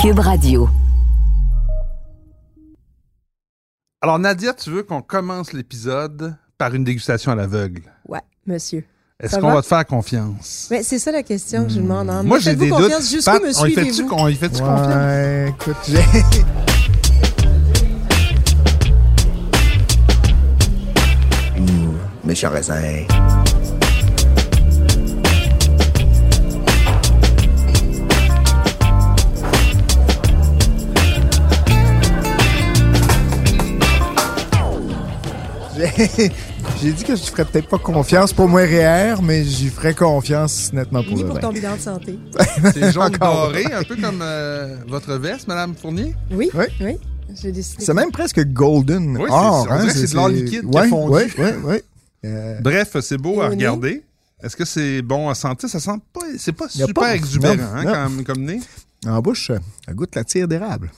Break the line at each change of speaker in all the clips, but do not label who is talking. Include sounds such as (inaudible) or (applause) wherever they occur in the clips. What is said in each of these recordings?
Cube Radio.
Alors, Nadia, tu veux qu'on commence l'épisode par une dégustation à l'aveugle?
Ouais, monsieur.
Est-ce
Ça
qu'on
va?
va te faire confiance?
Mais c'est ça la question que je demande. hein.
Mmh. Moi, j'ai
Faites-vous
des doutes.
confiance jusqu'où
Pat,
me
on y fait-tu
suivez-vous?
on y fait-tu confiance?
Ouais, écoute, j'ai-
(laughs) méchant raisin.
j'ai (laughs) j'ai dit que je ferais peut-être pas confiance pour Montréal, mais j'y ferais confiance nettement pour
Ni
le
pour
vin.
ton bilan de santé.
(laughs) C'est jaune
Encore.
doré, un peu comme euh, votre veste, Madame Fournier?
Oui,
Oui.
oui. J'ai décidé.
C'est même presque golden.
Oui, c'est-
or,
on
hein,
dirait que c'est de l'or liquide qui a
ouais,
fondu.
ouais, ouais, ouais. Euh,
Bref, c'est beau à
Et au nez?
regarder. Est-ce que c'est bon à sentir? Ça sent pas... C'est pas
Y a
super
pas-
exubérant
non,
hein,
non.
Comme, comme nez.
en bouche, ça goûte la tire d'érable.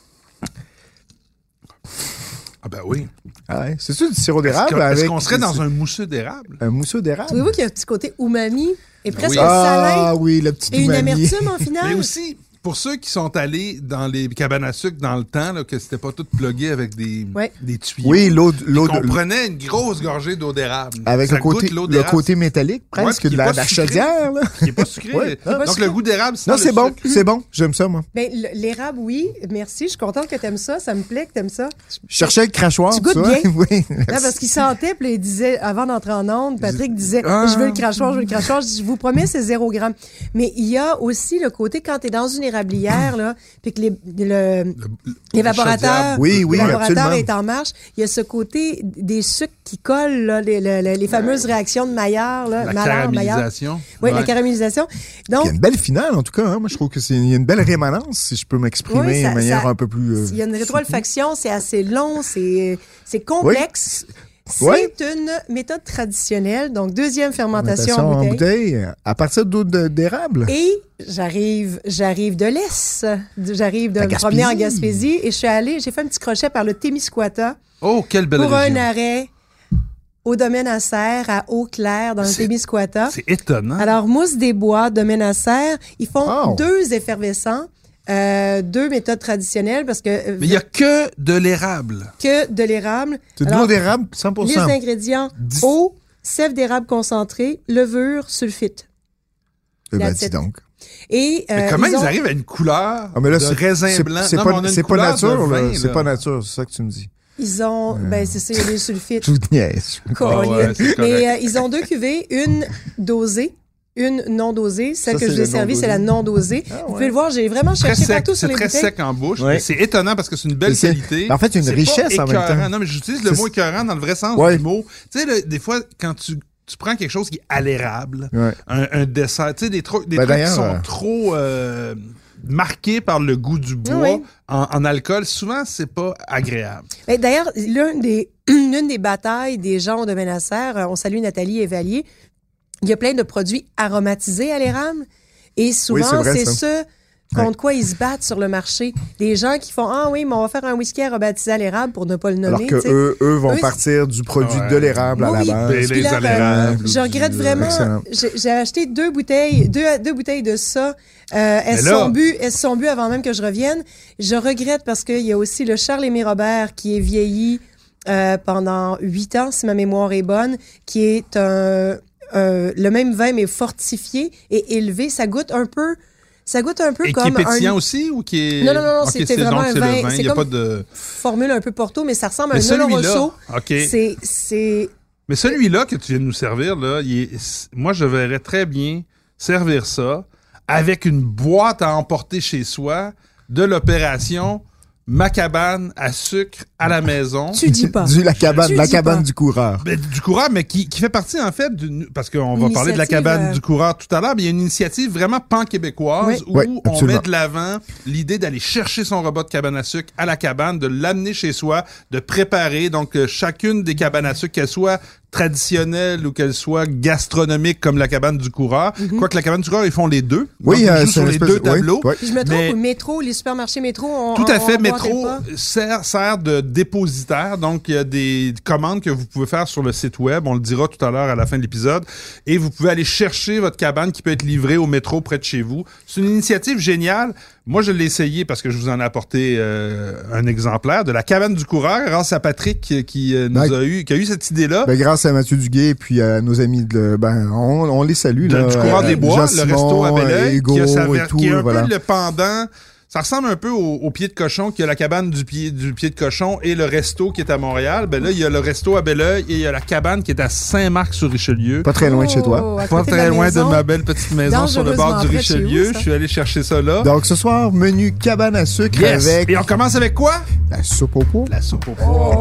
Ah ben oui.
Ah ouais, C'est-tu du sirop
Est-ce
d'érable
que-
avec...
est-ce qu'on serait dans un mousseux d'érable?
Un mousseux d'érable?
Trouvez-vous qu'il y a un petit côté umami et presque
Oui.
salin
Ah oui, le petit
et une
umami.
amertume en
(laughs) Mais
finale?
aussi, pour ceux qui sont allés dans les cabanes à sucre dans le temps, là, que c'était pas tout plugué avec des,
Ouais.
des tuyaux.
Oui, l'eau de- l'eau
On
de...
prenait une grosse gorgée d'eau d'érable.
Avec
Ça
le côté,
goûte l'eau
le
d'érable,
côté métallique,
Ouais,
presque,
puis il
de
est
la,
pas
de la
sucré.
chaudière. Là.
qui est pas sucré.
Ouais.
Donc le goût d'érable, c'est
Non,
dans le
c'est bon,
sucre.
c'est bon. J'aime ça, moi.
Ben, l- l'érable, oui. Merci. Je suis contente que t'aimes ça. Ça me plaît que t'aimes ça.
Je cherchais le crachoir.
Tu goûtes
vois.
bien.
(laughs) oui.
Non, parce qu'il sentait, puis il disait, avant d'entrer en onde, Patrick disait,
Ah.
je veux le crachoir, je veux le crachoir. Je dis, Je vous promets, c'est zéro gramme. Mais il y a aussi le côté, quand t'es dans une érablière, là, puis que les- le- l'évaporateur
chaudière.
Oui, oui,
l'évaporateur
absolument.
est en marche, il y a ce côté des sucres qui collent, là, les, les- les- les fameuses réactions de Maillard. Là,
La
Maillard, Maillard.
caramélisation.
Oui,
Ouais.
la caramélisation.
Il
Donc,
y a une belle finale, en tout cas. hein. Moi, je trouve que c'est il y a une belle rémanence, si je peux m'exprimer
Oui, ça-
de manière
ça-
un peu plus. euh,
il y a une rétroalfaction, c'est assez long, c'est c'est complexe. C'est
Oui.
une méthode traditionnelle, donc deuxième fermentation,
fermentation
en bouteille.
à partir d'eau de- d'érable.
Et j'arrive, j'arrive de l'Est. J'arrive de
La
me promener en
Gaspésie.
Gaspésie et je suis allée, j'ai fait un petit crochet par le Témiscouata
Oh, quelle belle
pour un
région.
arrêt au domaine à serre à Eau-Claire dans le
C'est-
Témiscouata.
C'est étonnant.
Alors, mousse des bois, domaine à serre, ils font
Oh.
deux effervescents, euh, deux méthodes traditionnelles parce que, euh,
Mais il n'y a que de l'érable.
que de l'érable.
C'est de
Alors,
l'eau d'érable, 100
les ingrédients, eau, sève d'érable concentrée, levure, sulfite.
Eh ben,
la
dis
tête.
donc.
Et,
Mais
euh,
comment ils,
ont-
arrivent à une couleur
Ah, mais là,
de
c'est-
raisin
c'est-
blanc?
C'est
Non, mais on
pas,
a une
c'est pas
couleur de
nature, là.
vin,
C'est pas nature, c'est ça que tu me dis.
Ils
Euh.
ont, ben c'est ça, il y a des sulfites.
Je vous niaise.
Ah ouais, c'est correct.
Mais euh, ils ont deux cuvées, une dosée, une non dosée. Celle
Ça,
que
c'est
je vous ai
la non
servie, c'est
dosée.
la non dosée. Vous pouvez le voir, j'ai vraiment
Ah Très
cherché
sec,
partout
c'est
sur les
très
bouteilles.
sec en bouche.
Ouais.
mais C'est étonnant parce que c'est une belle
Mais c'est-
qualité.
mais en fait, il y a une
C'est
richesse
pas
en même temps.
écœurant. Non, mais j'utilise le
C'est-
mot écœurant dans le vrai sens
Ouais.
du mot. Tu sais, le- des fois, quand tu, tu prends quelque chose qui est à l'érable,
Ouais.
un, un dessert, tu sais, des, tro- des
Ben,
trucs qui
d'ailleurs,
sont
euh,
trop euh, marqués par le goût du bois
Oui.
en, en alcool, souvent, c'est pas agréable.
Ben, D'ailleurs, l'une des, (clears throat) l'une des batailles des gens au domaine à serre, euh, on salue Nathalie Evalier, il y a plein de produits aromatisés à l'érable. Et souvent,
c'est vrai,
c'est
ça.
ce contre quoi ils se battent sur le marché. Des gens qui font Ah oui, mais on va faire un whisky aromatisé à l'érable pour ne pas le nommer.
Alors que
tu sais.
eux, eux vont
Eux,
partir du produit
Ouais.
de l'érable Ah, à la
Oui,
base.
Des-
puis
des
là, ben,
alérables,
Je regrette
du-
vraiment.
Excellent.
J'ai j'ai acheté deux bouteilles, deux, deux bouteilles de ça. Euh, elles,
Mais là-
sont bues, elles sont bues avant même que je revienne. Je regrette parce qu'il y a aussi le Charles-Aimé Robert qui est vieilli euh, pendant huit ans, si ma mémoire est bonne, qui est un, un- le même vin, mais fortifié et élevé. Ça goûte un peu. Ça goûte un peu
Et qui est
comme
pétillant
un
aussi ou qui est.
Non, non, non, non,
Ok,
c'était
c'est-
vraiment
donc,
un
c'est le
vin,
vin.
c'est
Il n'y a
comme-
pas de.
formule un peu porto, mais ça ressemble à
Mais
un
celui-là.
Oloroso.
OK.
C'est- C'est
Mais celui-là que tu viens de nous servir, là, il est- moi, je verrais très bien servir ça avec une boîte à emporter chez soi de l'opération Macabane à sucre à la maison.
Tu dis pas.
Du la cabane,
Tu
la
dis
cabane
pas.
du coureur.
Mais Ben, du coureur, mais qui, qui fait partie, en fait, d'une. Parce qu'on va
Une
parler de la
initiative,
cabane
euh,
du coureur tout à l'heure, mais il y a une initiative vraiment pan-québécoise
Oui.
où
Oui,
on met
absolument.
de l'avant l'idée d'aller chercher son robot de cabane à sucre à la cabane, de l'amener chez soi, de préparer. Donc, euh, chacune des cabanes à sucre, qu'elles soient traditionnelle ou qu'elle soit gastronomique comme la cabane du coureur.
Mhm.
Quoique la cabane du coureur, ils font les deux.
Oui,
Donc, ils
euh,
jouent sur
une
les
espèce
deux
de- oui,
tableaux.
oui.
Puis je me trompe,
Mais-
au métro, les supermarchés métro ont.
Tout à fait, Métro
métro.
sert, sert de dépositaire. Donc, il y a des commandes que vous pouvez faire sur le site web. On le dira tout à l'heure à la fin de l'épisode. Et vous pouvez aller chercher votre cabane qui peut être livrée au métro près de chez vous. C'est une initiative géniale. Moi, je l'ai essayé parce que je vous en ai apporté euh, un exemplaire de la cabane du coureur grâce à Patrick qui, qui, euh, nous
Ben,
a eu, qui a eu cette idée-là.
Ben, grâce à Mathieu Duguay et puis à nos amis de ben on, on les salue
De-
là,
du coureur
euh,
des bois,
Jean
le resto à
Simon,
Belleuil,
Hugo
qui, a sa ver-
et tout,
qui est un
voilà.
peu le pendant. Ça ressemble un peu au, au pied de cochon, qui a la cabane du pied, du pied de cochon et le resto qui est à Montréal. Ben là, il y a le resto à Belleuil et il y a la cabane qui est à Saint-Marc-sur-Richelieu.
Pas très loin de chez
Oh,
toi.
Pas très loin de ma belle petite maison sur le bord du
Dangereusement près de chez vous,
Richelieu.
ça.
Je suis allé chercher ça là.
Donc ce soir, menu cabane à sucre
Yes!
avec
Et on commence avec quoi?
la soupe au pot.
La soupe au poids.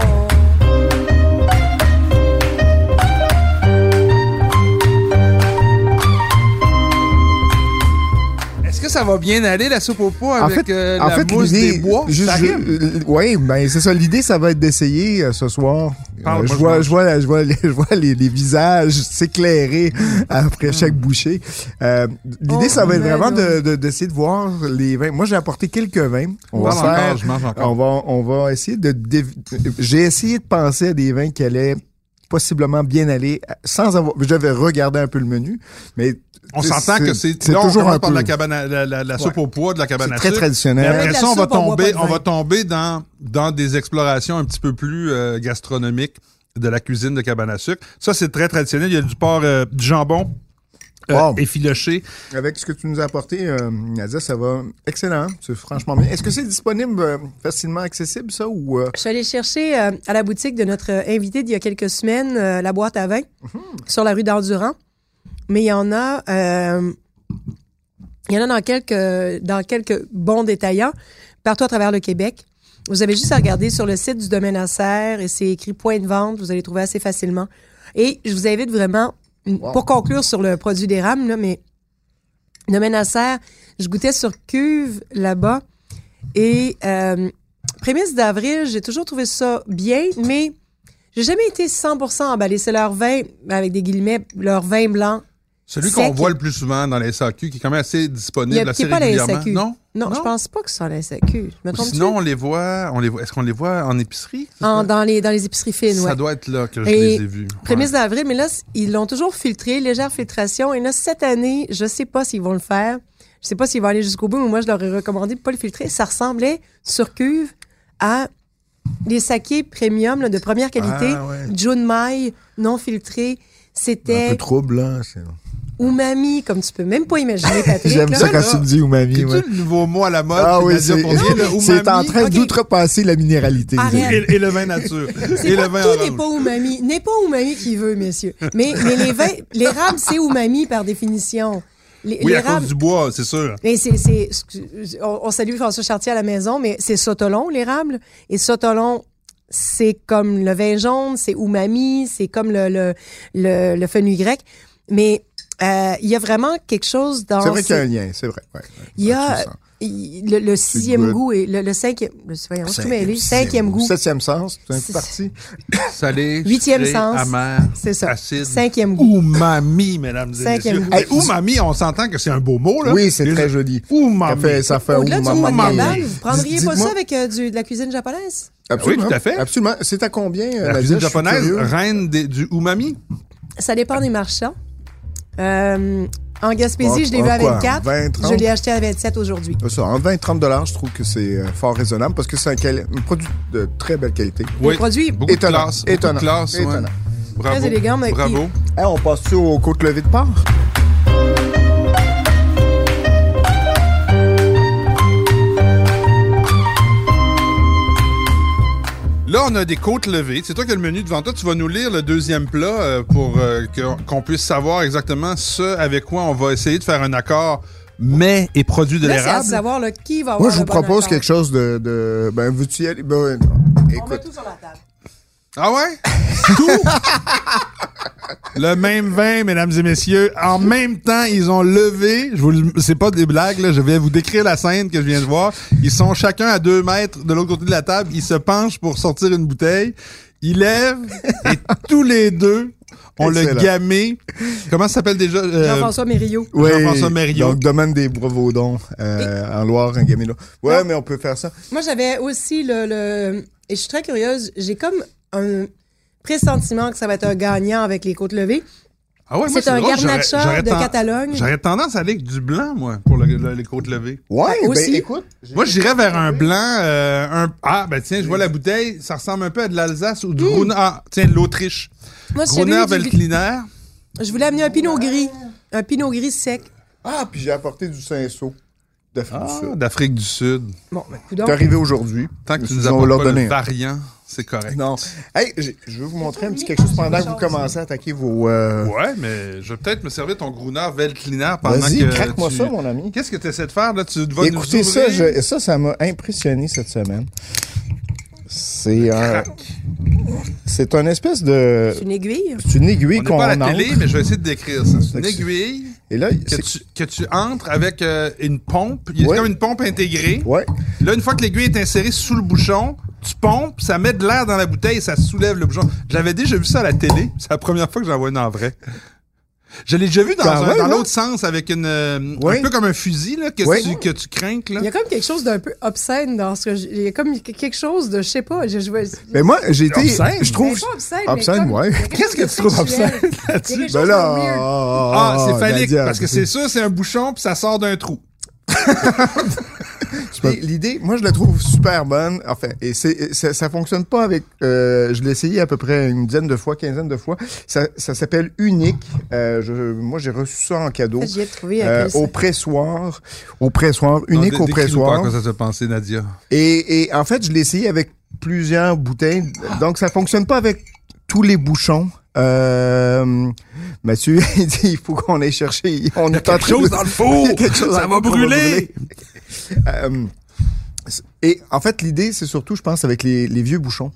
Est-ce que ça va bien aller, la soupe au poids, avec euh, la mousse des bois? ça rime.
oui, ben c'est ça. L'idée, ça va être d'essayer euh, ce soir. Euh,
Parle,
je,
moi, je
vois,
mange.
je, vois, la- je vois les, (laughs) je vois les, les visages s'éclairer
Hmm.
après chaque bouchée. Euh, L'idée,
Oh,
ça va être
mais
vraiment
non.
de- de- d'essayer de, voir les vins. Moi, j'ai apporté quelques vins.
Je
va
mange
faire-
encore, je mange encore.
on va, on va essayer de. dé- J'ai essayé de penser à des vins qui allaient possiblement bien aller euh, sans avoir. J'avais regardé un peu le menu, mais.
On s'entend que c'est...
c'est
Là, on
toujours
commence
un
par
peu-
la, cabane à- la, la- la soupe au poids de la cabane
C'est
à
très
sucre. Mais
traditionnel.
après
Avec la
ça, on va
soupe, on boit
tomber,
pas de
on
vin.
va tomber dans, dans des explorations un petit peu plus euh, gastronomiques de la cuisine de cabane à sucre. Ça, c'est très traditionnel. Il y a du porc, euh, du jambon euh,
Wow.
effiloché.
Avec ce que tu nous as apporté, euh, Nadia, ça va excellent. hein? C'est franchement bien. Est-ce que c'est disponible, euh, facilement accessible, ça, ou... euh,
Je suis allée chercher euh, à la boutique de notre euh, invité d'il y a quelques semaines euh, la boîte à vin sur la rue d'Endurant. Mais il y en a, euh, il y en a dans quelques, dans quelques bons détaillants partout à travers le Québec. Vous avez juste à regarder sur le site du domaine à serre et c'est écrit point de vente. Vous allez trouver assez facilement. Et je vous invite vraiment, pour conclure sur le produit d'érable, là, mais domaine à serre, je goûtais sur cuve là-bas et euh, prémisse d'avril, j'ai toujours trouvé ça bien, mais j'ai jamais été 100% emballé. C'est leur vin, avec des guillemets, leur vin blanc.
Celui
Sec.
qu'on voit le plus souvent dans les SAQ, qui est quand même assez
Il y a
disponible,
qui
assez
est pas la
régulièrement.
SAQ.
Non?
Non, je pense pas que c'est la SAQ. Je me
Ou
trompe
Sinon, on les voit, on les voit. Est-ce qu'on les voit en épicerie?
dans, les, dans les épiceries fines,
ça
ouais.
doit être là que je
Et
les ai vus. Ouais.
Prémisse d'avril, mais là, c- ils l'ont toujours filtré, légère filtration. Et là, cette année, je sais pas s'ils vont le faire. Je sais pas s'ils vont aller jusqu'au bout, mais moi, je leur ai recommandé de pas le filtrer. Ça ressemblait, sur cuve, à les sakés premium là, de première qualité.
Ah, ouais.
June Mai, non filtré. C'était
trouble, là.
umami, comme tu peux même pas imaginer, Patrick.
J'aime
là.
ça quand
là.
tu me dis umami,
C'est-tu
ouais.
le nouveau mot à la mode?
Ah
que
oui,
Nadia
c'est
Bourdieu,
(laughs)
le
(laughs) c'est en
umami?
train
Ok.
d'outrepasser la minéralité. là.
Arrête.
Et, et le vin
(laughs)
nature. et le vin
Tout n'est
orange.
pas umami. N'est pas umami qui veut, messieurs. Mais, mais les vins, l'érable, c'est umami par définition. Les-
Oui, à
l'érable-
cause du bois, c'est sûr.
Mais c'est, c'est- excuse- on, on salue François Chartier à la maison, mais c'est Sotolon, l'érable. Et Sotolon, c'est comme le vin jaune, c'est umami, c'est comme le, le, le, le fenugrec. Mais euh, il y a vraiment quelque chose dans.
C'est vrai
ces-
qu'il y a un lien, c'est vrai. ouais, ouais.
Il y a
Tu le sens.
il- le, le sixième
good.
goût et le, le cinquième. Le, voyons, je suis tout mêlée. Cinquième goût.
Septième sens, c'est
C'est-
un parti.
Salé,
Huitième
sucré,
sens.
amer,
C'est ça.
acide.
Cinquième goût.
Umami, mesdames et
Cinquième
messieurs.
goût.
Hey, umami, on s'entend que c'est un beau mot, là.
Oui, c'est
Les-
très joli. Ça
Umami.
fait, ça fait
Au-delà du
umami.
mot de cabane, vous prendriez
Dites-
pas
dites-moi-
ça avec euh, du- de la cuisine japonaise?
Absolument.
Oui, tout à fait.
Absolument. C'est à combien, euh,
La
Nadia?
cuisine
Je suis
japonaise,
curieux.
reine des- du umami.
Ça dépend des marchands. Euh, en Gaspésie,
Bon,
je l'ai vu à
quoi,
24.
20, 30?
je l'ai acheté à 27 aujourd'hui.
Pas Euh, Ça, en 20-30 dollars, je trouve que c'est euh, fort raisonnable parce que c'est un, quali- un produit de très belle qualité.
Le produit,
Beaucoup
Étonnant.
de classe. beaucoup de
Étonnant.
classe, ouais.
Étonnant.
Bravo.
Très élégant, mais-
Bravo.
Hey, on passe-tu aux côtes levées de porc?
Là, on a des côtes levées. C'est toi qui as le menu devant toi. Tu vas nous lire le deuxième plat euh, pour euh, que- qu'on puisse savoir exactement ce avec quoi on va essayer de faire un accord mets et produits de
là, c'est à
l'érable.
savoir là, qui va avoir
Moi, je vous
le bon
propose
accord.
quelque chose de. de- ben, veux-tu y aller? Ben,
On met
écoute.
tout sur la table.
Ah ouais? (laughs) Tout! le même vin, mesdames et messieurs. En même temps, ils ont levé. Je vous, le- c'est pas des blagues, là. Je vais vous décrire la scène que je viens de voir. Ils sont chacun à deux mètres de l'autre côté (laughs) de la table. Ils se penchent pour sortir une bouteille. Ils lèvent et tous les deux, On l'a
Excellent.
gamé. Comment ça s'appelle déjà? euh,
Jean-François Mériot.
Oui,
Jean-François Merriot.
donc domaine des Brevaudan euh, en Loire, en Gamino. Ouais,
Non.
mais on peut faire ça.
Moi, j'avais aussi le, le- Et je suis très curieuse. J'ai comme un pressentiment que ça va être un gagnant avec les côtes levées.
Ah ouais, moi,
c'est un
drôle, j'aurais-
garnacha
j'aurais
de
ten-
Catalogne.
J'aurais tendance à aller avec du blanc, moi, pour le- le- les côtes levées.
Ouais,
Ah, aussi?
ben écoute.
Moi, j'irais vers un blanc. euh, un... Ah, ben tiens, je vois la bouteille. Ça ressemble un peu à de l'Alsace ou du Gruner. Ah, tiens, de l'Autriche.
Moi, j'avais
Gruner
eu Ah, du-
Veltliner.
je voulais amener un pinot gris. Un pinot gris sec.
Ah, puis j'ai apporté du cinceau d'Afrique du
Ah,
Sud.
d'Afrique du Sud.
Bon, ben,
C'est
coudonc.
arrivé aujourd'hui.
Tant que tu
Ils
nous
ont
apportes
leur
pas le
donné.
variant, c'est correct.
Non. Hey, j'ai- je veux vous montrer un petit quelque chose pendant que vous commencez à attaquer vos. euh,
Ouais, mais je vais peut-être me servir ton Gruner Veltliner pendant
Vas-y,
que
craque-moi
tu-
ça, mon ami.
Qu'est-ce que tu essaies de faire, là? Tu vas
Écoutez
nous
ça,
ouvrir.
je- ça, ça m'a impressionné cette semaine. C'est un.
Crac.
C'est une espèce de.
C'est une aiguille.
C'est une aiguille
On n'est
qu'on
pas à la
entre.
télé, mais je vais essayer de décrire ça. C'est une
Fait que-
aiguille
Et là,
que
c'est.
tu, que tu entres avec euh, une pompe. Il y a
Ouais.
comme une pompe intégrée.
Ouais.
Là, une fois que l'aiguille est insérée sous le bouchon, tu pompes, ça met de l'air dans la bouteille et ça soulève le bouchon. J'avais déjà vu ça à la télé. (laughs) C'est la première fois que j'en vois une en vrai. Je l'ai déjà vu dans,
Ah
un-
ouais,
dans
ouais.
l'autre sens avec une euh,
Ouais.
un peu comme un fusil là, que,
Ouais.
tu, que tu crains. Là.
Il y a comme quelque chose d'un peu obscène dans ce que je- Il y a comme quelque chose de, je sais pas, je, je,
Mais moi, j'ai été.
Obscène.
Je trouve.
Ben, pas obscène, mais
Obscène,
comme-
ouais.
Qu'est-ce que tu trouves obscène
Il y a quelque chose
Ben
de
là.
weird.
Ah,
Ah,
c'est phallique,
Nadia,
parce que c'est ça, c'est un bouchon puis ça sort d'un trou.
Et L'idée, moi, je la trouve super bonne. Enfin, et c'est, et ça, ça fonctionne pas avec. euh, je l'ai essayé à peu près une dizaine de fois, quinzaine de fois. Ça, ça s'appelle Unique. Euh, je, moi, j'ai reçu ça en cadeau.
J'y ai trouvé
euh,
à
au pressoir, au pressoir, unique au pressoir.
ça se pensait, Nadia.
Et, et en fait, je l'ai essayé avec plusieurs bouteilles. Donc, ça fonctionne pas avec tous les bouchons. Euh, Mathieu, (laughs) il dit, il faut qu'on aille chercher. On est en
Quelque
train
chose
de-
dans le four!
(laughs)
(laughs)
Il y a quelque chose
ça
dans-
va
qu'on
brûler!
Euh, c- et en fait, l'idée, c'est surtout, je pense, avec les, les vieux bouchons,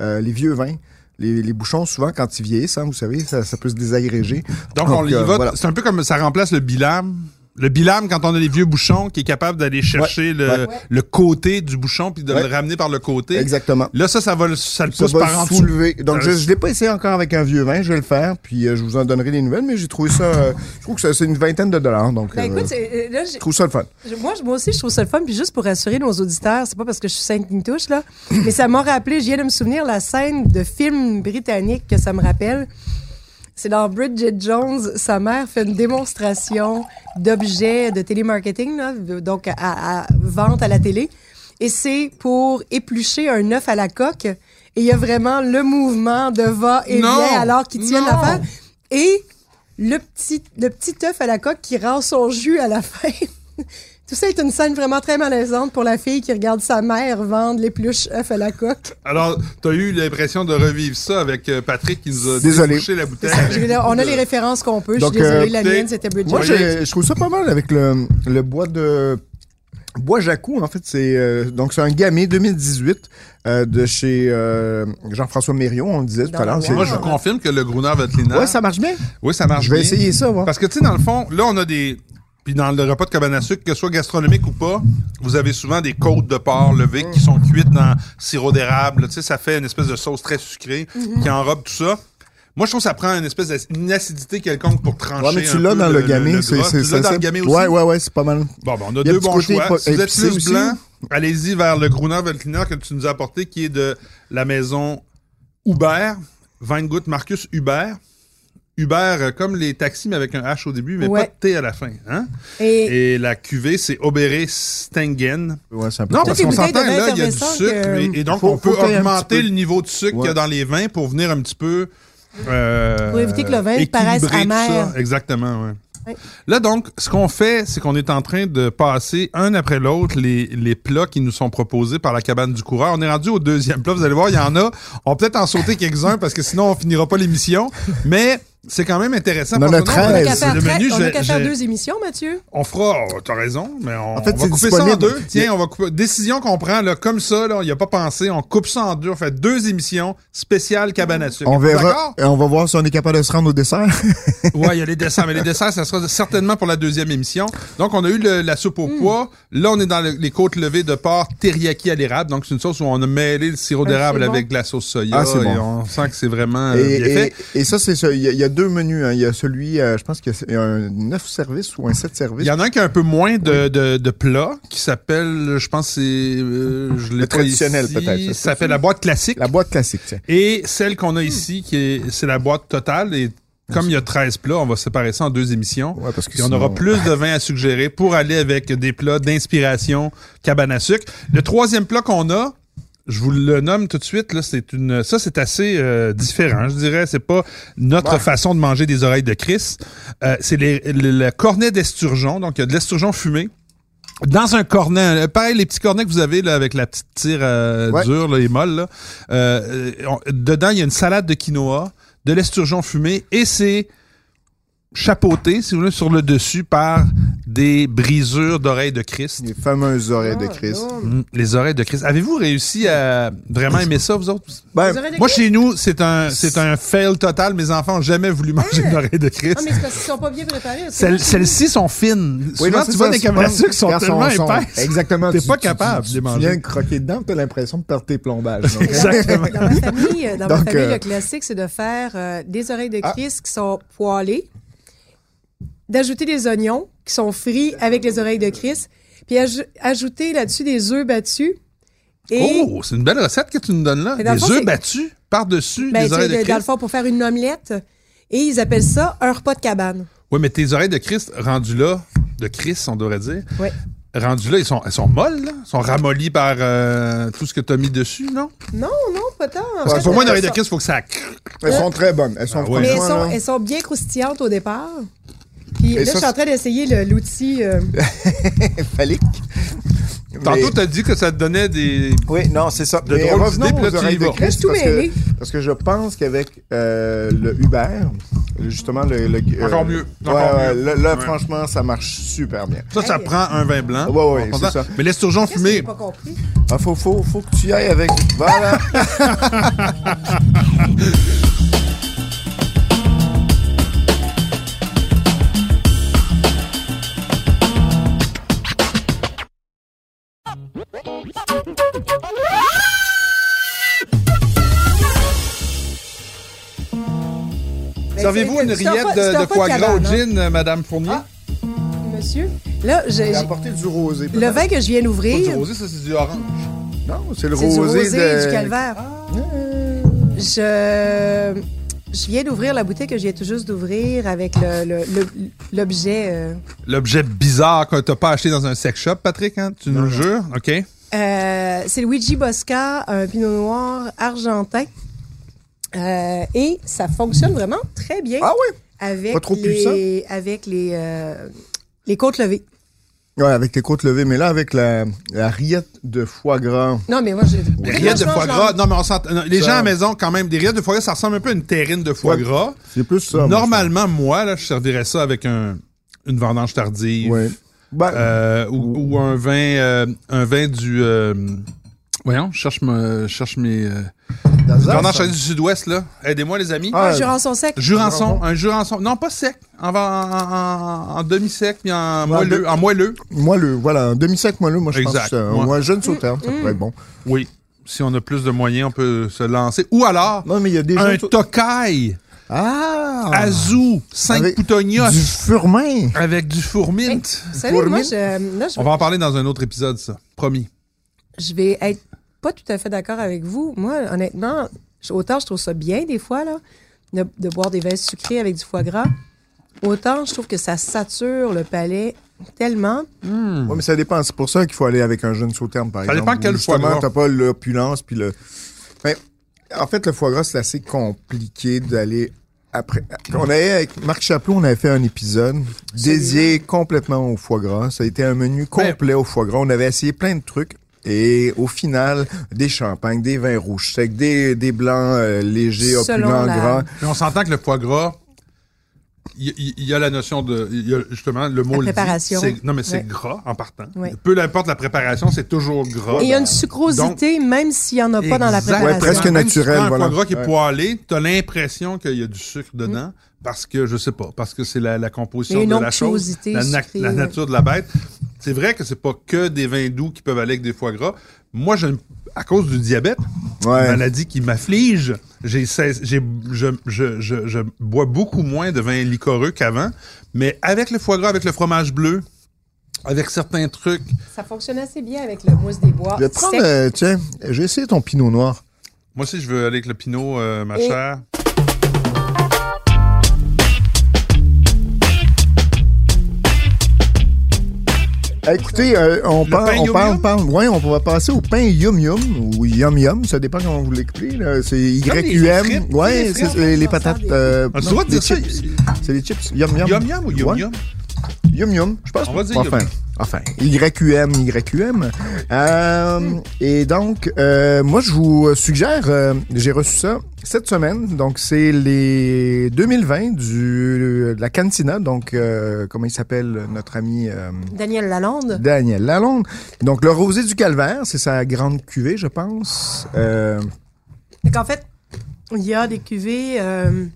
euh, les vieux vins. Les, les bouchons, souvent, quand ils vieillissent, hein, vous savez, ça, ça peut se désagréger.
Donc, on
Donc,
y
euh,
va.
voilà.
C'est un peu comme ça remplace le bilame. Le bilame, quand on a les vieux bouchons, qui est capable d'aller chercher le, le côté du bouchon puis de
Ouais.
le ramener par le côté.
Exactement.
Là, ça, ça va le, ça Euh, le
Ça
pousse par en
va
dessous.
soulever. Donc, je
Ça-
ne l'ai pas essayé encore avec un vieux vin, je vais le faire, puis euh, je vous en donnerai des nouvelles, mais j'ai trouvé ça. euh, je trouve que ça- c'est une vingtaine de dollars. Donc,
Ben
euh,
écoute, c'est- euh, là,
je trouve ça le fun.
j'ai- moi, je- moi aussi, je trouve ça le fun. Puis juste pour rassurer nos auditeurs, c'est pas parce que je suis sainte touche là, (clears throat) mais ça m'a rappelé, je viens de me souvenir la scène de film britannique que ça me rappelle. C'est dans Bridget Jones, sa mère fait une démonstration d'objets de télémarketing, là, de- donc à, à- vente à la télé. Et c'est pour éplucher un œuf à la coque. Et il y a vraiment le mouvement de va et
Non!
vient alors qu'ils tiennent
Non!
l'affaire. Et le petit, le petit œuf à la coque qui rend son jus à la (laughs) fin. Tout ça est une scène vraiment très malaisante pour la fille qui regarde sa mère vendre les pluches œufs à la coque.
(laughs)
Alors, t'as eu l'impression de revivre ça avec euh, Patrick qui nous a
Désolé.
débouché la bouteille.
Je veux dire, on a les références qu'on peut.
Donc,
je suis désolée,
euh,
la
t'es-
mienne, c'était Bridget.
Moi,
Oui.
je, je trouve ça pas mal avec le, le bois de. Bois Jacou, en fait, c'est euh, donc c'est un gamay 2018 euh, de chez euh, Jean-François Mérion, on le disait tout
Dans
à l'heure.
la
c'est-
Moi, je vous
Ouais.
confirme que le Gruner Veltliner.
Ouais, ça marche bien.
oui, ça marche
Je vais
bien.
essayer ça, voir.
Parce que, tu sais, dans le fond, là, on a des. Puis dans le repas de cabane à sucre, que ce soit gastronomique ou pas, vous avez souvent des côtes de porc levées qui sont cuites dans sirop d'érable. Tu sais, ça fait une espèce de sauce très sucrée
Mhm.
qui enrobe tout ça. Moi, je trouve que ça prend une espèce d'acidité quelconque pour trancher.
Ouais, mais tu
un
l'as
peu
dans le gamay,
gras.
c'est
Tu
c'est
l'as dans le
ça.
gamay aussi.
Ouais, ouais, ouais, c'est pas mal.
Bon, ben, on a
Il y a
deux
un petit
bons
côté
choix.
pas-
Si vous êtes
épicé
plus
aussi.
blanc, allez-y vers le Gruner Veltliner que tu nous as apporté, qui est de la maison Hubert, Weingut Marcus Hubert. Hubert, euh, comme les taxis, mais avec un H au début, mais
Ouais.
pas de T à la fin. Hein?
Et,
Et la cuvée, c'est Oberé Stengen.
Ouais, c'est un peu
Non,
ça.
parce
les
qu'on
bouteilles
s'entend,
de vin
là, il y a du
effervescent
sucre.
que- euh,
Et, et donc,
Faut-
on peut
faut tailler un
augmenter
petit
le
peu.
niveau de sucre qu'il y a
Ouais.
dans les vins pour venir un petit peu. euh,
Pour éviter que le vin paraisse
équilibrer tout
amer.
ça. Exactement, oui.
Ouais.
Là, donc, ce qu'on fait, c'est qu'on est en train de passer un après l'autre les, les plats qui nous sont proposés par la cabane du coureur. On est rendu au
(laughs)
deuxième plat. Vous allez voir, il y en a. On va peut-être en sauter quelques-uns parce que sinon, on finira pas l'émission. Mais C'est quand même intéressant.
On
parce
en a
que non,
13.
le
qu'à faire, très-
menu,
on
je
a
vais-
qu'à
je-
faire deux émissions, Mathieu.
On fera, oh, t'as raison, mais on,
En fait,
on va
c'est
couper ça en
disponible.
deux.
Il y
Tiens, on va couper. Décision qu'on prend, là, comme ça, là, on n'y a pas pensé, on coupe ça en deux. On fait deux émissions spéciales cabane à sucre.
On verra.
D'accord?
Et on va voir si on est capable de se rendre au dessert.
Ouais, il y a les desserts, mais les desserts, ça sera certainement pour la deuxième émission. Donc, on a eu le- la soupe au
Hmm.
pois. Là, on est dans le- les côtes levées de porc teriyaki à l'érable. Donc, c'est une sauce où on a mêlé le sirop
Ah,
d'érable
c'est bon.
avec de la sauce soya.
Ah, c'est bon.
Et on sent que c'est vraiment euh, bien
et,
fait.
et, et ça, c'est ça. Il y, a- il y a deux menus. hein. Il y a celui, euh, je pense qu'il y a- il y a un 9 services ou un 7
Il
services.
y en a un qui a un peu moins de, de, de plats, qui s'appelle, je pense, c'est. euh, je l'ai
Le
pas
traditionnel,
ici.
peut-être, ça
Ça
se
s'appelle
peut-tu?
la boîte classique.
La Hmm. boîte classique, tiens.
Et celle qu'on a ici, qui est, c'est la boîte totale. Et comme il y a 13 plats, on va séparer ça en deux émissions.
Ouais, parce que
Puis on
sinon-
aura plus de vins à suggérer pour aller avec des plats d'inspiration cabane à sucre. Le troisième plat qu'on a, je vous le nomme tout de suite, là, c'est une. Ça, c'est assez euh, différent, je dirais. C'est pas notre façon de manger des oreilles de Chris. Euh, c'est les- le, le cornet d'esturgeon. Donc, il y a de l'esturgeon fumé. Dans un cornet, euh, pareil, les petits cornets que vous avez là, avec la petite tire euh,
Ouais.
dure, là, et molle, là. Euh, euh, on- dedans, il y a une salade de quinoa, de l'esturgeon fumé, et c'est chapeauté, si vous voulez, sur le dessus par des brisures d'oreilles de Christ.
Les fameuses oreilles de
Ah,
Christ.
non.
Mm, Les oreilles de Christ. Avez-vous réussi à vraiment aimer ça, vous autres?
Ben,
Les oreilles de
Moi,
Christ?
chez nous, c'est un, c'est un fail total. Mes enfants n'ont jamais voulu manger une oreille de Christ.
Ah, mais c'est parce qu'ils sont pas bien préparés. parce que
Celles-
moi,
Celles-ci sont fines.
oui,
Souvent,
non, c'est
tu vois
ça,
des
c'est pas-
caméras qui sont
car
tellement
sont-
épaisses.
Exactement.
T'es
tu-
pas
tu- tu-
capable de
tu,
les manger.
Tu viens de croquer dedans, t'as l'impression de perdre
(laughs)
tes plombages. Donc, hein.
Exactement.
Dans ma famille, euh, dans ma
Donc,
famille
euh,
le classique, c'est de faire euh, des oreilles de
Ah.
Christ qui sont poêlées, d'ajouter des oignons qui sont frits avec les oreilles de Christ, puis aj- ajouter là-dessus des œufs battus. Et
Oh, c'est une belle recette que tu nous donnes là.
Mais dans le
Des
fond,
œufs
c'est-
battus par-dessus
ben,
des
tu sais,
oreilles de
de- dans le
Christ.
fond, pour faire une omelette. Et ils appellent ça un repas de cabane.
Oui, mais tes oreilles de Christ, rendues là, de Christ, on devrait dire,
Ouais.
rendues là, elles sont, elles sont molles, là? Elles sont ramollies par euh, tout ce que tu as mis dessus, non?
Non, non, pas tant. En
Parce
fait,
que pour moi, une
euh,
oreille de
ça-
Christ, il faut que ça...
Elles sont très bonnes. Elles sont
Ah ouais.
Mais elles
franchement,
sont,
là-
elles sont bien croustillantes au départ. Puis
Et
là,
ça,
je suis en train d'essayer le- l'outil. euh,
(laughs) phallique.
Tantôt, tu as dit que ça te donnait des...
Oui, non, c'est ça.
De
Mais
drôles
revenons
d'idées, puis là,
aux
tu y
oreilles de
vas.
Christ,
Laisse tout
parce,
mêler.
que, parce que je pense qu'avec euh, le Uber, justement, le... le-
Encore mieux,
ouais,
encore
ouais,
mieux.
Là, là,
Ouais.
franchement, ça marche super bien.
Ça, ça
Hey.
prend un vin blanc.
Ouais, ouais,
On s'entend.
c'est ça.
Mais l'esturgeon
Qu'est-ce que j'ai
fumé,
pas compris?
Ah, faut, faut, faut que tu y ailles avec...
(laughs)
Voilà.
Ben,
Servez-vous
c'est-
une
c'est un
rillette
repas- c'est
de,
un
de
repas
foie gras au
cabane, hein,
gin, euh, Madame Fournier?
Ah. Monsieur, là, je-
J'ai
j'ai-
apporté du rosé.
le vin que je viens
Pas du
d'ouvrir,
rosé, ça, c'est du orange.
Non, c'est le
c'est du
rosé,
rosé
de...
du calvaire. Je, je viens d'ouvrir la bouteille que je viens tout juste d'ouvrir avec le- le- le- l'objet. euh,
L'objet bizarre que t'as pas acheté dans un sex shop, Patrick, hein? Tu nous le jures? OK.
euh, c'est Luigi Bosca, un pinot noir argentin. Euh, et ça fonctionne vraiment très bien
Ah oui?
avec
pas trop
les, avec les, euh, les côtes levées.
Ouais, avec les côtes levées, mais là, avec la, la rillette de foie gras.
Non, mais moi, j'ai.
Des rillettes de
Franchement,
foie
j'en-
gras. Non, mais on s'entend- non, Les
Ça-
gens à la maison, quand même, des rillettes de foie gras, ça ressemble un peu à une terrine de foie
Ouais.
gras.
C'est plus ça. moi,
Normalement, moi, là, je servirais ça avec un- une vendange
je
tardive
pense. Ouais. Ben,
euh, ou, ou un vin, euh, un vin du. euh, voyons, je cherche, me, je cherche mes. euh,
dans un
vendange
sens-
tardive du Sud-Ouest, là. Aidez-moi, les amis.
Ah,
Ah, Jurançon sec.
Jurançon, un jurançon. Non, pas sec. En, va- en- en- en demi-sec, puis en moelleux.
deux-
En moelleux.
Moi, le, voilà, un demi-sec, moi, le, moi, je
Exact.
pense que c'est un,
Ouais.
ou un jeune sauteur,
Mm,
ça pourrait être bon.
Oui. Si on a plus de moyens, on peut se lancer. Ou alors,
Non, mais il y a des
un
jeunes sau-
tocaille,
Ah!
azou, cinq
Avec
poutonias
Du furmin!
avec du fourmint.
Vous savez, moi,
Gourmet.
je, là, je,
On va en parler dans un autre épisode, ça. Promis.
je vais être pas tout à fait d'accord avec vous. Moi, honnêtement, je- autant je trouve ça bien des fois, là, de, de boire des vins sucrés avec du foie gras, autant je trouve que ça sature le palais tellement.
Ouais, mais ça dépend. C'est pour ça qu'il faut aller avec un jeune sauterme, par
Hmm. Ça
exemple.
dépend
où
quel foie
justement,
gras.
t'as pas l'opulence, puis le. Ben, en fait, le foie gras, c'est assez compliqué d'aller après. On avait, avec Marc Chaplot, on avait fait un épisode dédié complètement au foie gras. Ça a été un menu
Ben,
complet au foie gras. On avait essayé plein de trucs. Et au final, des champagnes, des vins rouges secs, des, des blancs euh, légers,
Selon
opulents,
la-
gras.
Mais on s'entend que le foie gras, il y, il y a la notion de. il y a justement, le mot le dit,
préparation.
c'est- non, mais c'est
Ouais.
gras en partant.
Ouais.
Peu importe la préparation, c'est toujours gras.
Et il y a une sucrosité, même s'il n'y en a pas dans la
Exactement.
préparation.
Ouais, presque
Même
naturel,
si tu prends un
voilà.
foie gras qui est
Ouais.
poêlé, t'as l'impression qu'il y a du sucre dedans parce que, je sais pas, parce que c'est la, la composition
Il y a une
de la chose,
onctuosité
la, na-
sucrée,
la
ouais.
nature de la bête. C'est vrai que c'est pas que des vins doux qui peuvent aller avec des foie gras. Moi, je, à cause du diabète,
Ouais.
maladie qui m'afflige, j'ai cesse- j'ai- je, je- je- je bois beaucoup moins de vins liquoreux qu'avant, mais avec le foie gras, avec le fromage bleu, avec certains trucs,
Ça fonctionne assez bien avec le mousse des bois.
Je vais te prendre,
sec.
euh, tiens, j'ai essayé ton pinot noir.
Moi aussi, je veux aller avec le Pinot, euh, ma
Et-
chère.
Eh, Écoutez, euh, on,
Le
parle,
pain
on
yum
parle,
yum?
parle- ouais, on va passer au pain yum yum ou yum yum, ça dépend comment vous l'écoutez. là. C'est
comme les
Y-U-M.
frites,
Ouais,
les
c'est
frites,
c'est les
on
patates.
sort des-
euh,
On a le
non,
droit de
des
dire ça?
chips. C'est les chips. Yum yum.
Yum Yum ou Yum
Ouais.
Yum?
Yum Yum, je pense.
On va dire
enfin,
Yum.
enfin, YQM, YQM. Euh, et donc, euh, moi, je vous suggère, euh, j'ai reçu ça cette semaine. Donc, c'est les 2020 du, de la Cantina. Donc, euh, comment il s'appelle notre ami euh,
Daniel Lalande.
Daniel Lalonde. Donc, le Rosé du Calvaire, c'est sa grande cuvée, je pense. Euh,
Donc, en fait, il y a des cuvées euh,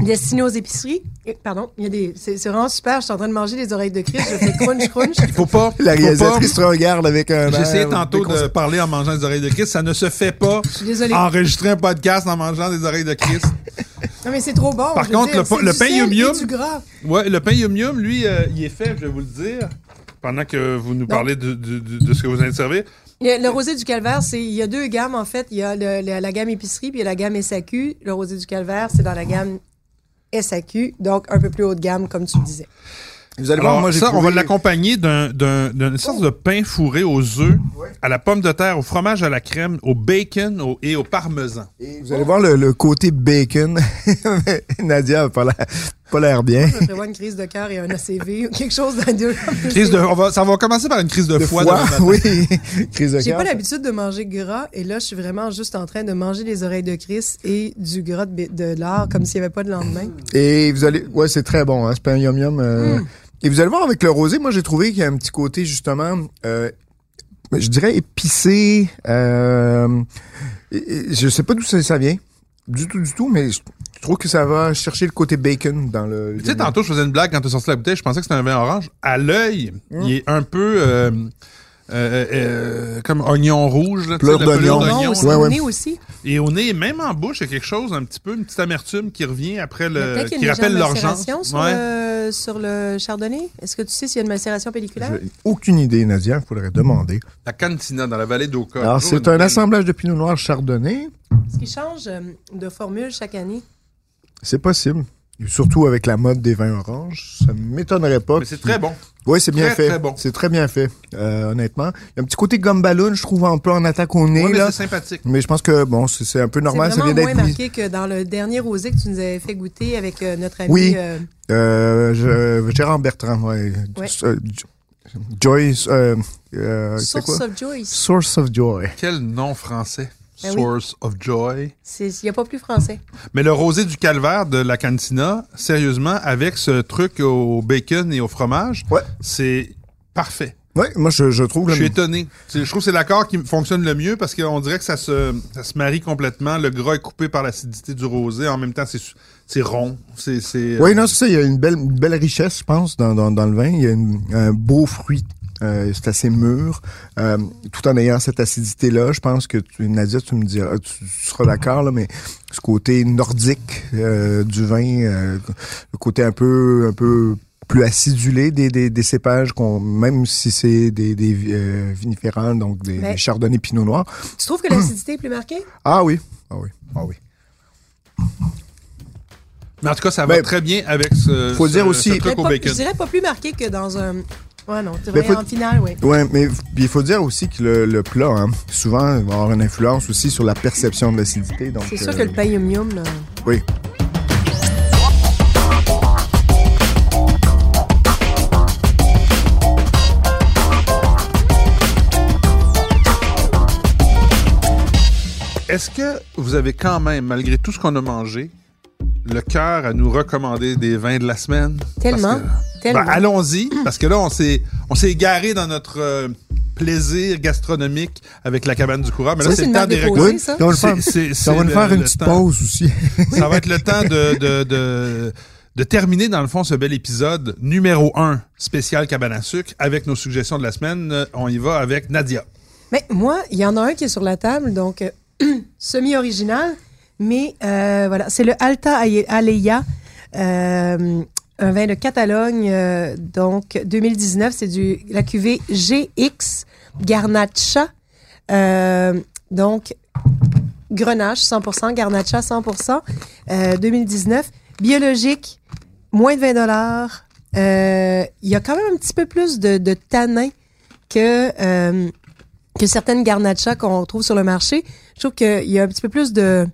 destinées aux épiceries. Et- Pardon, il y a des. C'est c'est vraiment super. Je suis en train de manger les oreilles de Christ. Je fais crunch, crunch.
Il faut pas.
la
faut pas-
réalisatrice te regarde avec un.
J'ai essayé
air
tantôt de
déconcertant.
parler en mangeant des oreilles de Christ. Ça ne se fait pas.
Je suis désolée.
Enregistrer un podcast en mangeant des oreilles de Christ.
Non, mais c'est trop bon.
Par
je veux
contre,
dire,
le pa-
c'est
le
du
pain
sel
yum
et
yum.
du gras.
Ouais, le pain Yum Yum, lui, euh, il est fait, je vais vous le dire. Pendant que vous nous parlez de, de- de- de ce que vous allez servir.
Le, le rosé du calvaire, c'est il y a deux gammes en fait. Il y a le- le- la gamme épicerie puis il y a la gamme SAQ. Le rosé du calvaire, c'est dans la gamme SAQ, donc un peu plus haut de gamme comme tu le disais.
Vous allez
Alors,
voir, moi, j'ai
ça, on va
trouvé-
l'accompagner d'un- d'un- d'une sorte de pain fourré aux œufs, à la pomme de terre, au fromage à la crème, au bacon au- et au parmesan.
Et vous allez voir le, le côté bacon. (laughs) Nadia n'a pas l'air- pas l'air bien.
Je prévois une crise de cœur et un ACV ou quelque chose dans les deux.
Crise de, on va, ça va commencer par une crise de,
Le
foie.
foie,
demain matin.
oui. (laughs) Crise de
J'ai
cœur.
pas l'habitude de manger gras et là je suis vraiment juste en train de manger les oreilles de Chris et du gras de, b- de lard comme s'il n'y avait pas de lendemain.
Et vous allez. Ouais, c'est très bon, hein, c'est pas un yum yum. euh. Et vous allez voir avec le rosé, moi, j'ai trouvé qu'il y a un petit côté, justement, euh, je dirais épicé. Euh, et- et je sais pas d'où ça, ça vient. Du tout, du tout, mais je je trouve que ça va chercher le côté bacon dans le.
Tu sais, tantôt, je faisais une blague quand tu as sorti la bouteille, je pensais que c'était un vin orange. À l'œil,
Mm.
il est un peu euh, euh, euh, comme oignon rouge. là, tu sais,
Fleur
la pelure
d'oignon.
Non,
d'oignon,
aussi,
là.
ouais,
on
ouais.
est aussi.
Et au nez, même en bouche, il y a quelque chose, un petit peu, une petite amertume qui revient après
Mais
le.
peut-être qu'il
qui
y a une
rappelle
légère
l'urgence.
macération sur,
Ouais.
le, sur le chardonnay. Est-ce que tu sais s'il y a une macération pelliculaire?
J'ai aucune idée, Nadia, il faudrait demander.
La cantina dans la vallée d'Oka.
Alors,
Toujours
Ah, c'est un
une-
assemblage de pinot noir chardonnay.
Ce qui change euh, de formule chaque année.
C'est possible. Et Surtout avec la mode des vins oranges, ça ne m'étonnerait pas.
Mais c'est très bon.
Oui, c'est bien
très,
fait.
très bon.
C'est très bien fait, euh, honnêtement. Il y a un petit côté gomme ballon, je trouve, un peu en attaque au nez.
Ouais, mais
là.
c'est sympathique.
Mais je pense que bon, c'est c'est un peu normal,
C'est
ça vient
vraiment moins
d'être mis.
marqué que dans le dernier rosé que tu nous avais fait goûter avec euh, notre ami.
Oui.
euh,
Euh, je- Gérard Bertrand, ouais.
Ouais.
Euh, Jo- Joyce, euh, euh, c'est
Source
quoi?
of Joyce.
Source of Joy.
Quel nom français?
Ben oui.
Source of Joy.
Il n'y a pas plus français.
Mais le rosé du calvaire de la cantina, sérieusement, avec ce truc au bacon et au fromage,
Ouais.
c'est parfait.
Ouais, moi je, je trouve
Je
le
suis étonné. C'est- Je trouve que c'est l'accord qui fonctionne le mieux parce qu'on dirait que ça se, ça se marie complètement. Le gras est coupé par l'acidité du rosé. En même temps, c'est su- c'est rond. C'est c'est-
Oui, non, c'est ça. Il y a une belle, une belle richesse, je pense, dans, dans, dans le vin. Il y a une- un beau fruit. euh, c'est assez mûr. Euh, tout en ayant cette acidité-là, je pense que, tu, Nadia, tu me diras, tu, tu seras d'accord, là, mais ce côté nordique euh, du vin, euh, le côté un peu, un peu plus acidulé des, des, des cépages, qu'on, même si c'est des, des euh, viniférants, donc des,
Mais-
des chardonnays pinot noir.
Tu
(clears throat)
trouves que l'acidité est plus marquée?
Ah oui, ah oui, ah oui.
euh, Mais en tout cas, ça va
Ben,
très bien avec ce,
faut
ce-
dire aussi-
ce truc
Peut-être
au
pas-
bacon.
je dirais pas plus marqué que dans un. Ouais, non. Tu
Mais
dirais
faut-
en finale, oui.
Ouais, mais f- il faut dire aussi que le, le plat, hein, souvent, il va avoir une influence aussi sur la perception de l'acidité. donc,
C'est sûr
euh,
que le pain yum yum, là.
Oui.
Est-ce que vous avez quand même, malgré tout ce qu'on a mangé, le cœur à nous recommander des vins de la semaine.
Tellement.
Parce que-
Tellement.
Ben, allons-y, parce que là, on s'est, on s'est égaré dans notre euh, plaisir gastronomique avec la cabane du courant. Mais
Ça,
là, c'est
c'est
le
une
temps
marque
des
déposée.
recos.
Oui, ça?
on va le faire-
C'est- c'est- c'est
on va nous
le-
faire une
le
petite
temps.
pause aussi. (laughs)
Ça va être le temps de, de, de, de terminer, dans le fond, ce bel épisode numéro 1 spécial cabane à sucre avec nos suggestions de la semaine. Euh, On y va avec Nadia.
Mais moi, il y en a un qui est sur la table, donc euh, (clears throat) semi-original, mais euh, voilà, c'est le Alta Aie- Aleia, euh, un vin de Catalogne, euh, donc 2019, c'est du la cuvée GX Garnacha, euh, donc Grenache 100%, Garnacha 100%, euh, 2019, biologique, moins de 20 dollars. euh, Il y a quand même un petit peu plus de, de tanin que euh, que certaines garnachas qu'on trouve sur le marché. Je trouve qu'il y a un petit peu plus de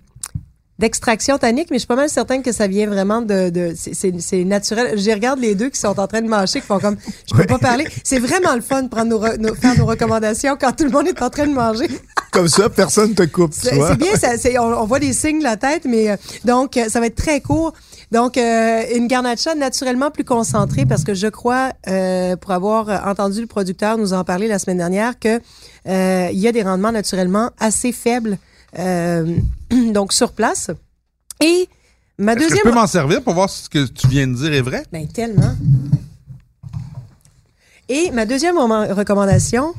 d'extraction tannique, mais je suis pas mal certaine que ça vient vraiment de... de c'est- c'est c'est naturel. J'y regarde les deux qui sont en train de mâcher, qui font comme... Je peux pas parler. C'est vraiment le fun de prendre nos, re- nos- faire nos recommandations quand tout le monde est en train de manger.
Comme ça, personne te coupe. tu
C'est
vois.
c'est bien, ça, c'est- on, on voit des signes de la tête, mais euh, donc euh, ça va être très court. Donc euh, une garnacha naturellement plus concentrée parce que je crois, euh, pour avoir euh, entendu le producteur nous en parler la semaine dernière, que euh, il y a des rendements naturellement assez faibles euh, (clears throat) donc sur place. Et ma
Est-ce que
deuxième
je peux m'en servir pour voir si ce que tu viens de dire est vrai?
ben, tellement. Et ma deuxième roman- recommandation,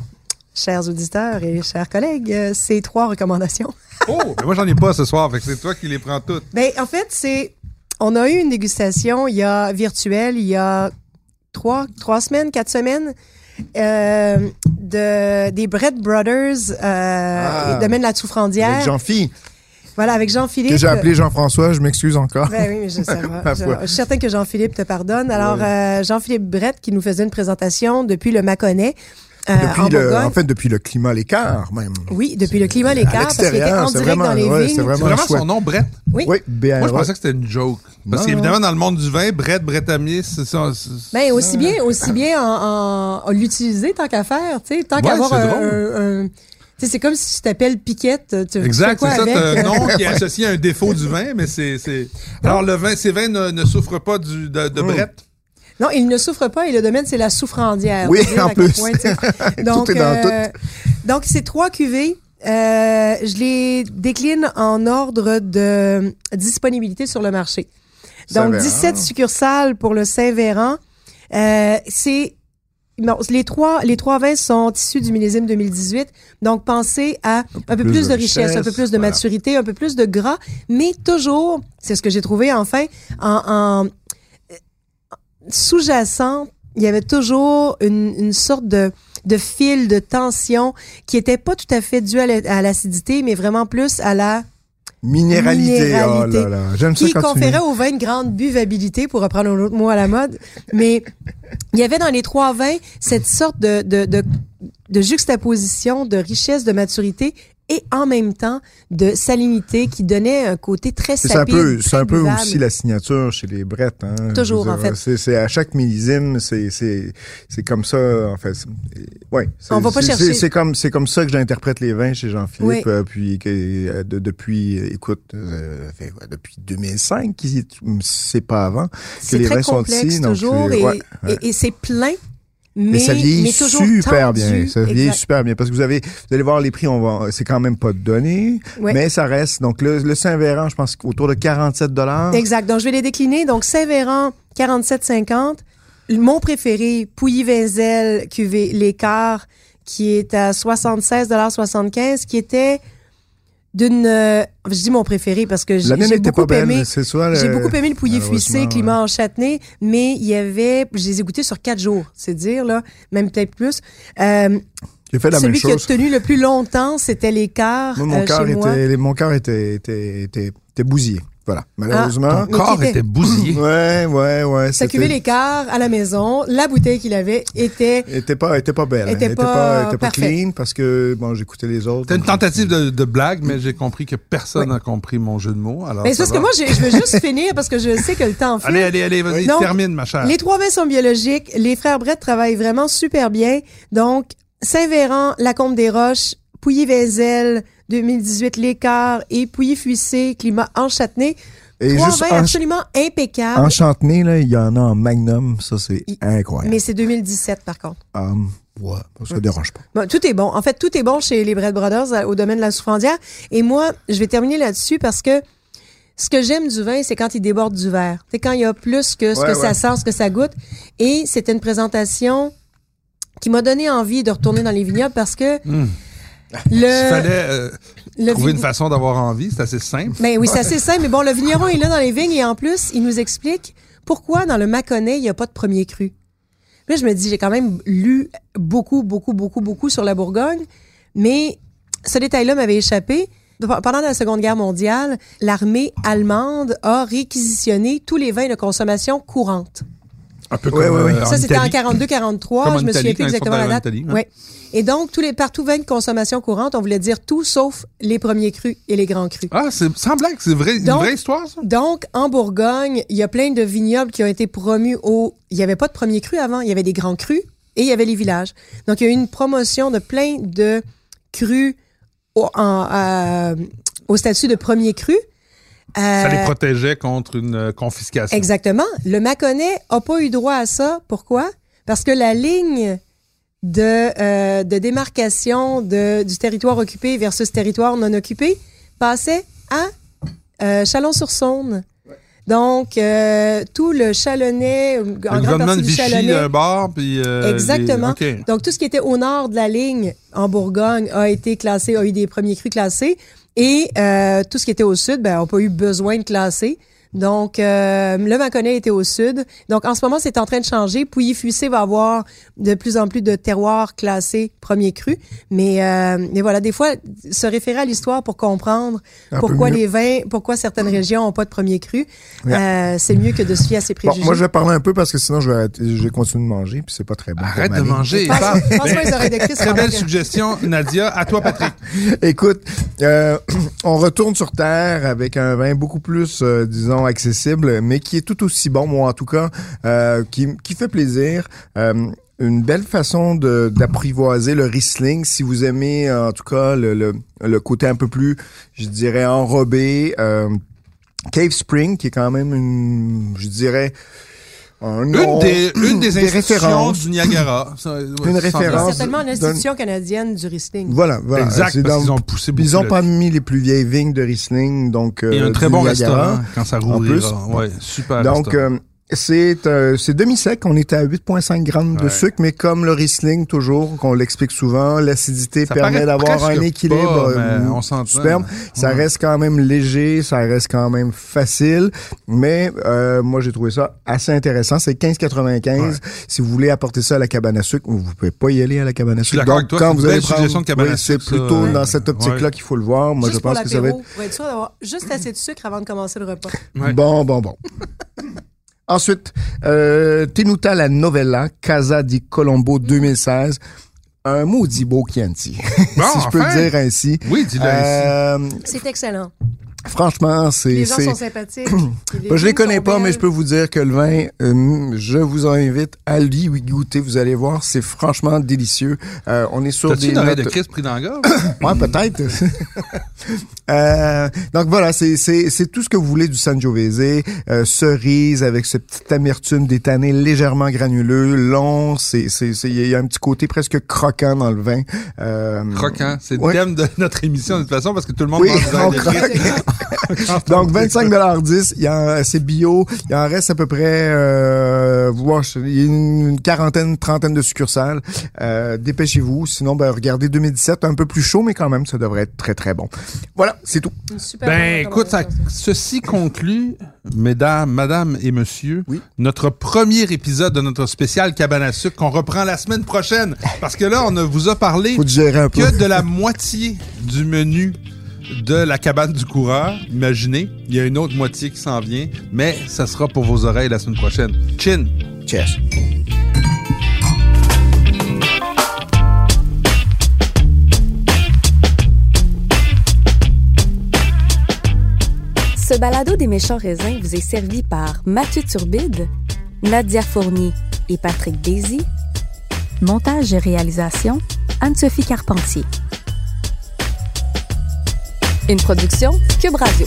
chers auditeurs et chers collègues, euh, c'est trois recommandations.
Oh! Mais moi, j'en ai pas ce soir, fait que c'est toi qui les prends toutes.
Ben, en fait, c'est. On a eu une dégustation, il y a virtuelle, il y a trois, trois semaines, quatre semaines, euh, de, des Bread Brothers, euh,
Ah.
et Domaine de la Souffrandière.
Avec Jean-Phi,
Voilà, avec Jean-Philippe.
que j'ai appelé Jean-François, je m'excuse encore.
Ben oui, mais je, ça va.
(laughs) Ma
Je-
foi.
je suis certain que Jean-Philippe te pardonne. Alors, euh, Jean-Philippe Brett qui nous faisait une présentation depuis le Mâconnais, euh, en
depuis le,
Bourgogne.
en fait, depuis le climat à l'écart, même.
oui, depuis le climat à l'écart, parce qu'il était
l'extérieur,
en
c'est
direct
vraiment-
dans les
ouais,
vignes.
c'est
C'est
Vraiment
vraiment
chouette.
son nom, Brett?
Oui.
Oui, BR.
Moi, je pensais que c'était une joke. Parce
Non,
qu'évidemment, dans le monde du vin, Brett, Brettamier, c'est ça. c'est-
Ben aussi bien, aussi bien en, en- en l'utiliser tant qu'à faire, tu sais, tant
Ouais,
qu'avoir
c'est
un,
drôle.
un- un- tu sais, c'est comme si tu t'appelles Piquette, tu- tu fais
Exact,
quoi
c'est ça,
avec
t'as un
euh,
nom
(laughs)
qui est associé à un défaut du vin, mais c'est. c'est- Alors, le vin, ces vins ne, ne souffrent pas du, de,
Mmh.
de Brett.
Non, il ne souffre pas et le domaine c'est la souffrandière.
Oui,
Faut dire
en
à quel
plus.
point, tu
(laughs)
sais. donc
est dans
euh, donc c'est trois cuvées. Euh, je les décline en ordre de disponibilité sur le marché. Donc,
Saint-Véran.
17 succursales pour le Saint-Véran. Euh, c'est. Non, les trois, les trois vins sont issus du millésime 2018. Donc, pensez à un peu plus, de richesse, un peu plus de
voilà.
maturité, un peu plus de gras, mais toujours, c'est ce que j'ai trouvé enfin, en, en euh, sous-jacent, il y avait toujours une, une sorte de, de fil, de tension qui était pas tout à fait due à la- à l'acidité, mais vraiment plus à la
Minéralité.
Minéralité.
Oh là là. J'aime ça
qui
quand tu
conférait au vin une grande buvabilité, pour reprendre un autre mot à la mode. Mais il y avait dans les trois vins cette sorte de, de, de, de juxtaposition de richesse, de maturité et en même temps de salinité qui donnait un côté très
C'est un
sapide.
peu, c'est
très
un peu
buvable.
aussi la signature chez les Brettes. Hein, Je
Toujours,
veux
en fait.
C'est, c'est à chaque millésime, c'est, c'est, c'est comme ça, en fait. C'est- Ouais. c'est-
On va pas
c'est-
chercher.
C'est, c'est comme, c'est comme ça que j'interprète les vins chez Jean-Philippe.
Oui.
euh, puis que, euh, de- depuis, euh, écoute, euh, ça fait quoi, depuis 2005, qui, c'est pas avant. que
C'est
les
très
vins sont
complexe
ici, donc
toujours
c'est-
et,
ouais,
et- et c'est plein, mais,
Mais, ça vieillit
mais toujours
super
tendu.
bien. Ça vieillit
Exact.
super bien. Parce que vous avez, vous allez voir les prix, on va, c'est quand même pas donné.
Ouais.
Mais ça reste. Donc, le, le Saint-Véran, je pense autour de 47 dollars.
Exact. Donc, je vais les décliner. Donc, Saint-Véran, 47,50. Mon préféré, Pouilly-Vinzel, cuvée L'écart, qui est à 76,75 qui était d'une... euh, je dis mon préféré parce que j'ai
La mienne
j'ai
n'était
beaucoup
pas belle,
aimé...
mais c'est soit le- Ah,
J'ai beaucoup aimé le pouilly fuissé,
malheureusement,
climat en châtenay, mais il y avait, je les ai goûtés sur quatre jours, c'est dire, là, même peut-être plus. Euh,
J'ai fait la
celui
même
qui a
chose.
tenu le plus longtemps, c'était l'écart
Moi, mon
euh,
cœur
chez moi. Ah,
était, mon cœur était, était, était, était bousillé. Voilà. Malheureusement.
Mais qui
corps
était-
était bousillé.
Ouais, ouais, ouais.
Ça
c'était-
cuvait l'écart à la maison. La bouteille qu'il avait était
était pas, était pas belle. hein.
Était
était
pas
pas, était pas
parfait.
clean parce que, bon, j'écoutais les autres.
C'était une tentative de, de blague, mais j'ai compris que personne n'a compris mon jeu de mots. Alors
Mais
ça
c'est parce que
va.
moi, j'ai- je veux
(laughs)
juste finir parce que je sais que le temps file.
Allez, allez, allez, vas-y,
Donc,
termine, ma
euh.
chère.
Les trois vins sont biologiques. Les frères Brett travaillent vraiment super bien. Donc, Saint-Véran, La Combe des Roches, Pouilly-Vézel, 2018, L'Écart et Pouilly-Fuissé, Climat en Châtenay.
Et
Trois
juste
vins
en,
absolument impeccables.
en Chantenay, là, il y en a en Magnum. Ça, c'est
Il-
incroyable.
Mais c'est 2017, par contre.
Hum, ouais, ça ne dérange pas.
Bon, tout est bon. En fait, tout est bon chez les Bread Brothers euh, au domaine de la souffrandière. Et moi, je vais terminer là-dessus parce que ce que j'aime du vin, c'est quand il déborde du verre. C'est quand il y a plus que ce
Ouais,
que ça
ouais.
sent, ce que ça goûte. Et c'était une présentation qui m'a donné envie de retourner dans les vignobles parce que
Hmm. (laughs) Il
le,
fallait euh,
le
trouver une
vi-
façon d'avoir envie, c'est assez simple.
Ben oui, c'est assez simple. Mais bon, le vigneron est là dans les vignes et en plus, il nous explique pourquoi dans le Mâconnais, il n'y a pas de premier cru. Là, je me dis, j'ai quand même lu beaucoup, beaucoup, beaucoup, beaucoup sur la Bourgogne, mais ce détail-là m'avait échappé. Pendant la Seconde Guerre mondiale, l'armée allemande a réquisitionné tous les vins de consommation courante.
Un peu
Ouais,
comme
ouais, ouais.
euh,
Ça, c'était en
Italie.
42-43.
Comme en
Je me
Italie,
souviens plus
quand ils sont
exactement la
arrivés en
date.
Italie, ouais.
Ouais. Et donc, tous les, partout, vins de consommation courante, on voulait dire tout sauf les premiers crus et les grands crus.
Ah, c'est sans blague, c'est vrai, une
Donc-
vraie histoire, ça?
Donc, en Bourgogne, il y a plein de vignobles qui ont été promus au. Il n'y avait pas de premier cru avant, il y avait des grands crus et il y avait les villages. Donc, il y a eu une promotion de plein de crus au, en, euh, au statut de premier cru.
Ça les
Euh,
protégeait contre une euh, confiscation.
Exactement. Le Mâconnais n'a pas eu droit à ça. Pourquoi? Parce que la ligne de, euh, de démarcation de- du territoire occupé versus territoire non occupé passait à euh, Chalon-sur-Saône. Donc, euh, tout le Chalonnais, en
Le
grande
gouvernement
partie
de
du
Vichy, euh,
Chalonnais.
un bar, puis... euh,
Exactement.
les- OK.
Donc, tout ce qui était au nord de la ligne en Bourgogne a été classé, a eu des premiers crus classés. Et euh, tout ce qui était au sud, ben, on n'a pas eu besoin de classer. Donc, euh, le Mâconnais était au sud. Donc, en ce moment, c'est en train de changer. Pouilly-Fuissé va avoir de plus en plus de terroirs classés premiers crus. Mais, euh, mais voilà, des fois, se référer à l'histoire pour comprendre
Un peu
pourquoi
mieux.
les vins, pourquoi certaines régions n'ont pas de premiers crus,
Ouais.
euh, c'est mieux que de se fier à ses
Bon,
préjugés.
moi, je vais parler un peu parce que sinon, je vais, arrêter- je vais continuer de manger, puis c'est pas très bon. pour
Arrête
ma
de
ligne.
manger.
Pense-
parle.
(laughs) pense-moi les oreilles de Christ,
Très
pendant
belle
que-
suggestion, Nadia. À toi, Patrick.
Écoute, euh, (clears throat) on retourne sur Terre avec un vin beaucoup plus, euh, disons, accessible, mais qui est tout aussi bon, moi en tout cas, euh, qui, qui fait plaisir. Euh, une belle façon de- d'apprivoiser le Riesling, si vous aimez euh, en tout cas le, le, le côté un peu plus, je dirais, enrobé. euh, Cave Spring, qui est quand même une, je dirais, un nom-
Une (clears throat) des, une des institutions
références.
du Niagara. Ça, ouais,
Une
ça semble-
référence.
C'est certainement l'institution canadienne du Riesling.
Voilà, voilà.
Exact,
C'est
parce
dans-
qu'ils ont poussé
Ils ont
beaucoup là-dessus.
parmi les plus vieilles vignes de Riesling, donc
Et
euh,
un très
du
bon
Niagara.
restaurant quand ça rouvrira. Ouais, super
Donc,
restaurant.
euh, c'est euh, c'est demi-sec. On est à 8,5 grammes de
Ouais.
sucre, mais comme le Riesling, toujours, qu'on l'explique souvent, l'acidité
Ça
permet
paraît
d'avoir
presque
un équilibre
pas,
euh,
mais on s'entend.
superbe. Ça
Ouais.
reste quand même léger, ça reste quand même facile, mais euh, moi, j'ai trouvé ça assez intéressant. C'est 15,95.
Ouais.
Si vous voulez apporter ça à la cabane à sucre, vous pouvez pas y aller à la cabane à
suis
sucre.
d'accord avec
Donc,
toi, c'est
quand
une
vous
belle
allez prendre,
suggestion de cabane à
oui, c'est
sucre, ça,
plutôt
ouais.
dans cette optique-là qu'il faut le voir. Moi,
juste
je pense
pour
que ça va être
l'apéro, pour être sûr d'avoir juste assez de sucre avant de commencer le repas.
Ouais.
Bon,
(laughs)
bon, bon. Ensuite, euh, Tenuta la Novella, Casa di Colombo
Mm.
2016. Un maudit beau Chianti, (laughs)
Bon,
si je peux
enfin.
le dire ainsi.
Oui, dis-le ici.
Euh,
C'est excellent.
franchement, c'est...
Les gens
c'est-
sont
(clears throat)
sympathiques.
Bah, je les connais pas, mais je peux vous dire que le vin, euh, je vous invite à l'y goûter. Vous allez voir, c'est franchement délicieux. Euh, on est sur
T'as-tu
des
une oreille
notes...
de Chris pris dans la
(coughs)
gorge?
Ouais, peut-être. (laughs) Euh, donc voilà, c'est- c'est c'est tout ce que vous voulez du Sangiovese. Euh, cerise avec ce petit amertume des tanins légèrement granuleux, long. c'est- c'est- c'est- Il y a un petit côté presque croquant dans le vin. Euh,
Croquant. hein? C'est le
Ouais.
thème de notre émission, de toute façon, parce que tout le monde
Oui,
mange des
on
oreilles de Chris. (laughs)
Donc 25,10 il y en- c'est bio, il en reste à peu près euh, voir, je- il y a une, une quarantaine, trentaine de succursales. Euh, dépêchez-vous, sinon ben regardez 2017, un peu plus chaud mais quand même ça devrait être très très bon. Voilà, c'est tout.
Ben, écoute, ça- ceci conclut, mesdames, madame et monsieur, notre premier épisode de notre spécial cabane à sucre qu'on reprend la semaine prochaine. Parce que là, on ne vous a parlé
Faut digérer un peu.
que de la moitié du menu de la cabane du coureur. Imaginez, il y a une autre moitié qui s'en vient, mais ça sera pour vos oreilles la semaine prochaine. Chin!
Cheers.
Ce balado des méchants raisins vous est servi par Mathieu Turbide, Nadia Fournier et Patrick Daisy. Montage et réalisation, Anne-Sophie Carpentier. Une production Cube Radio.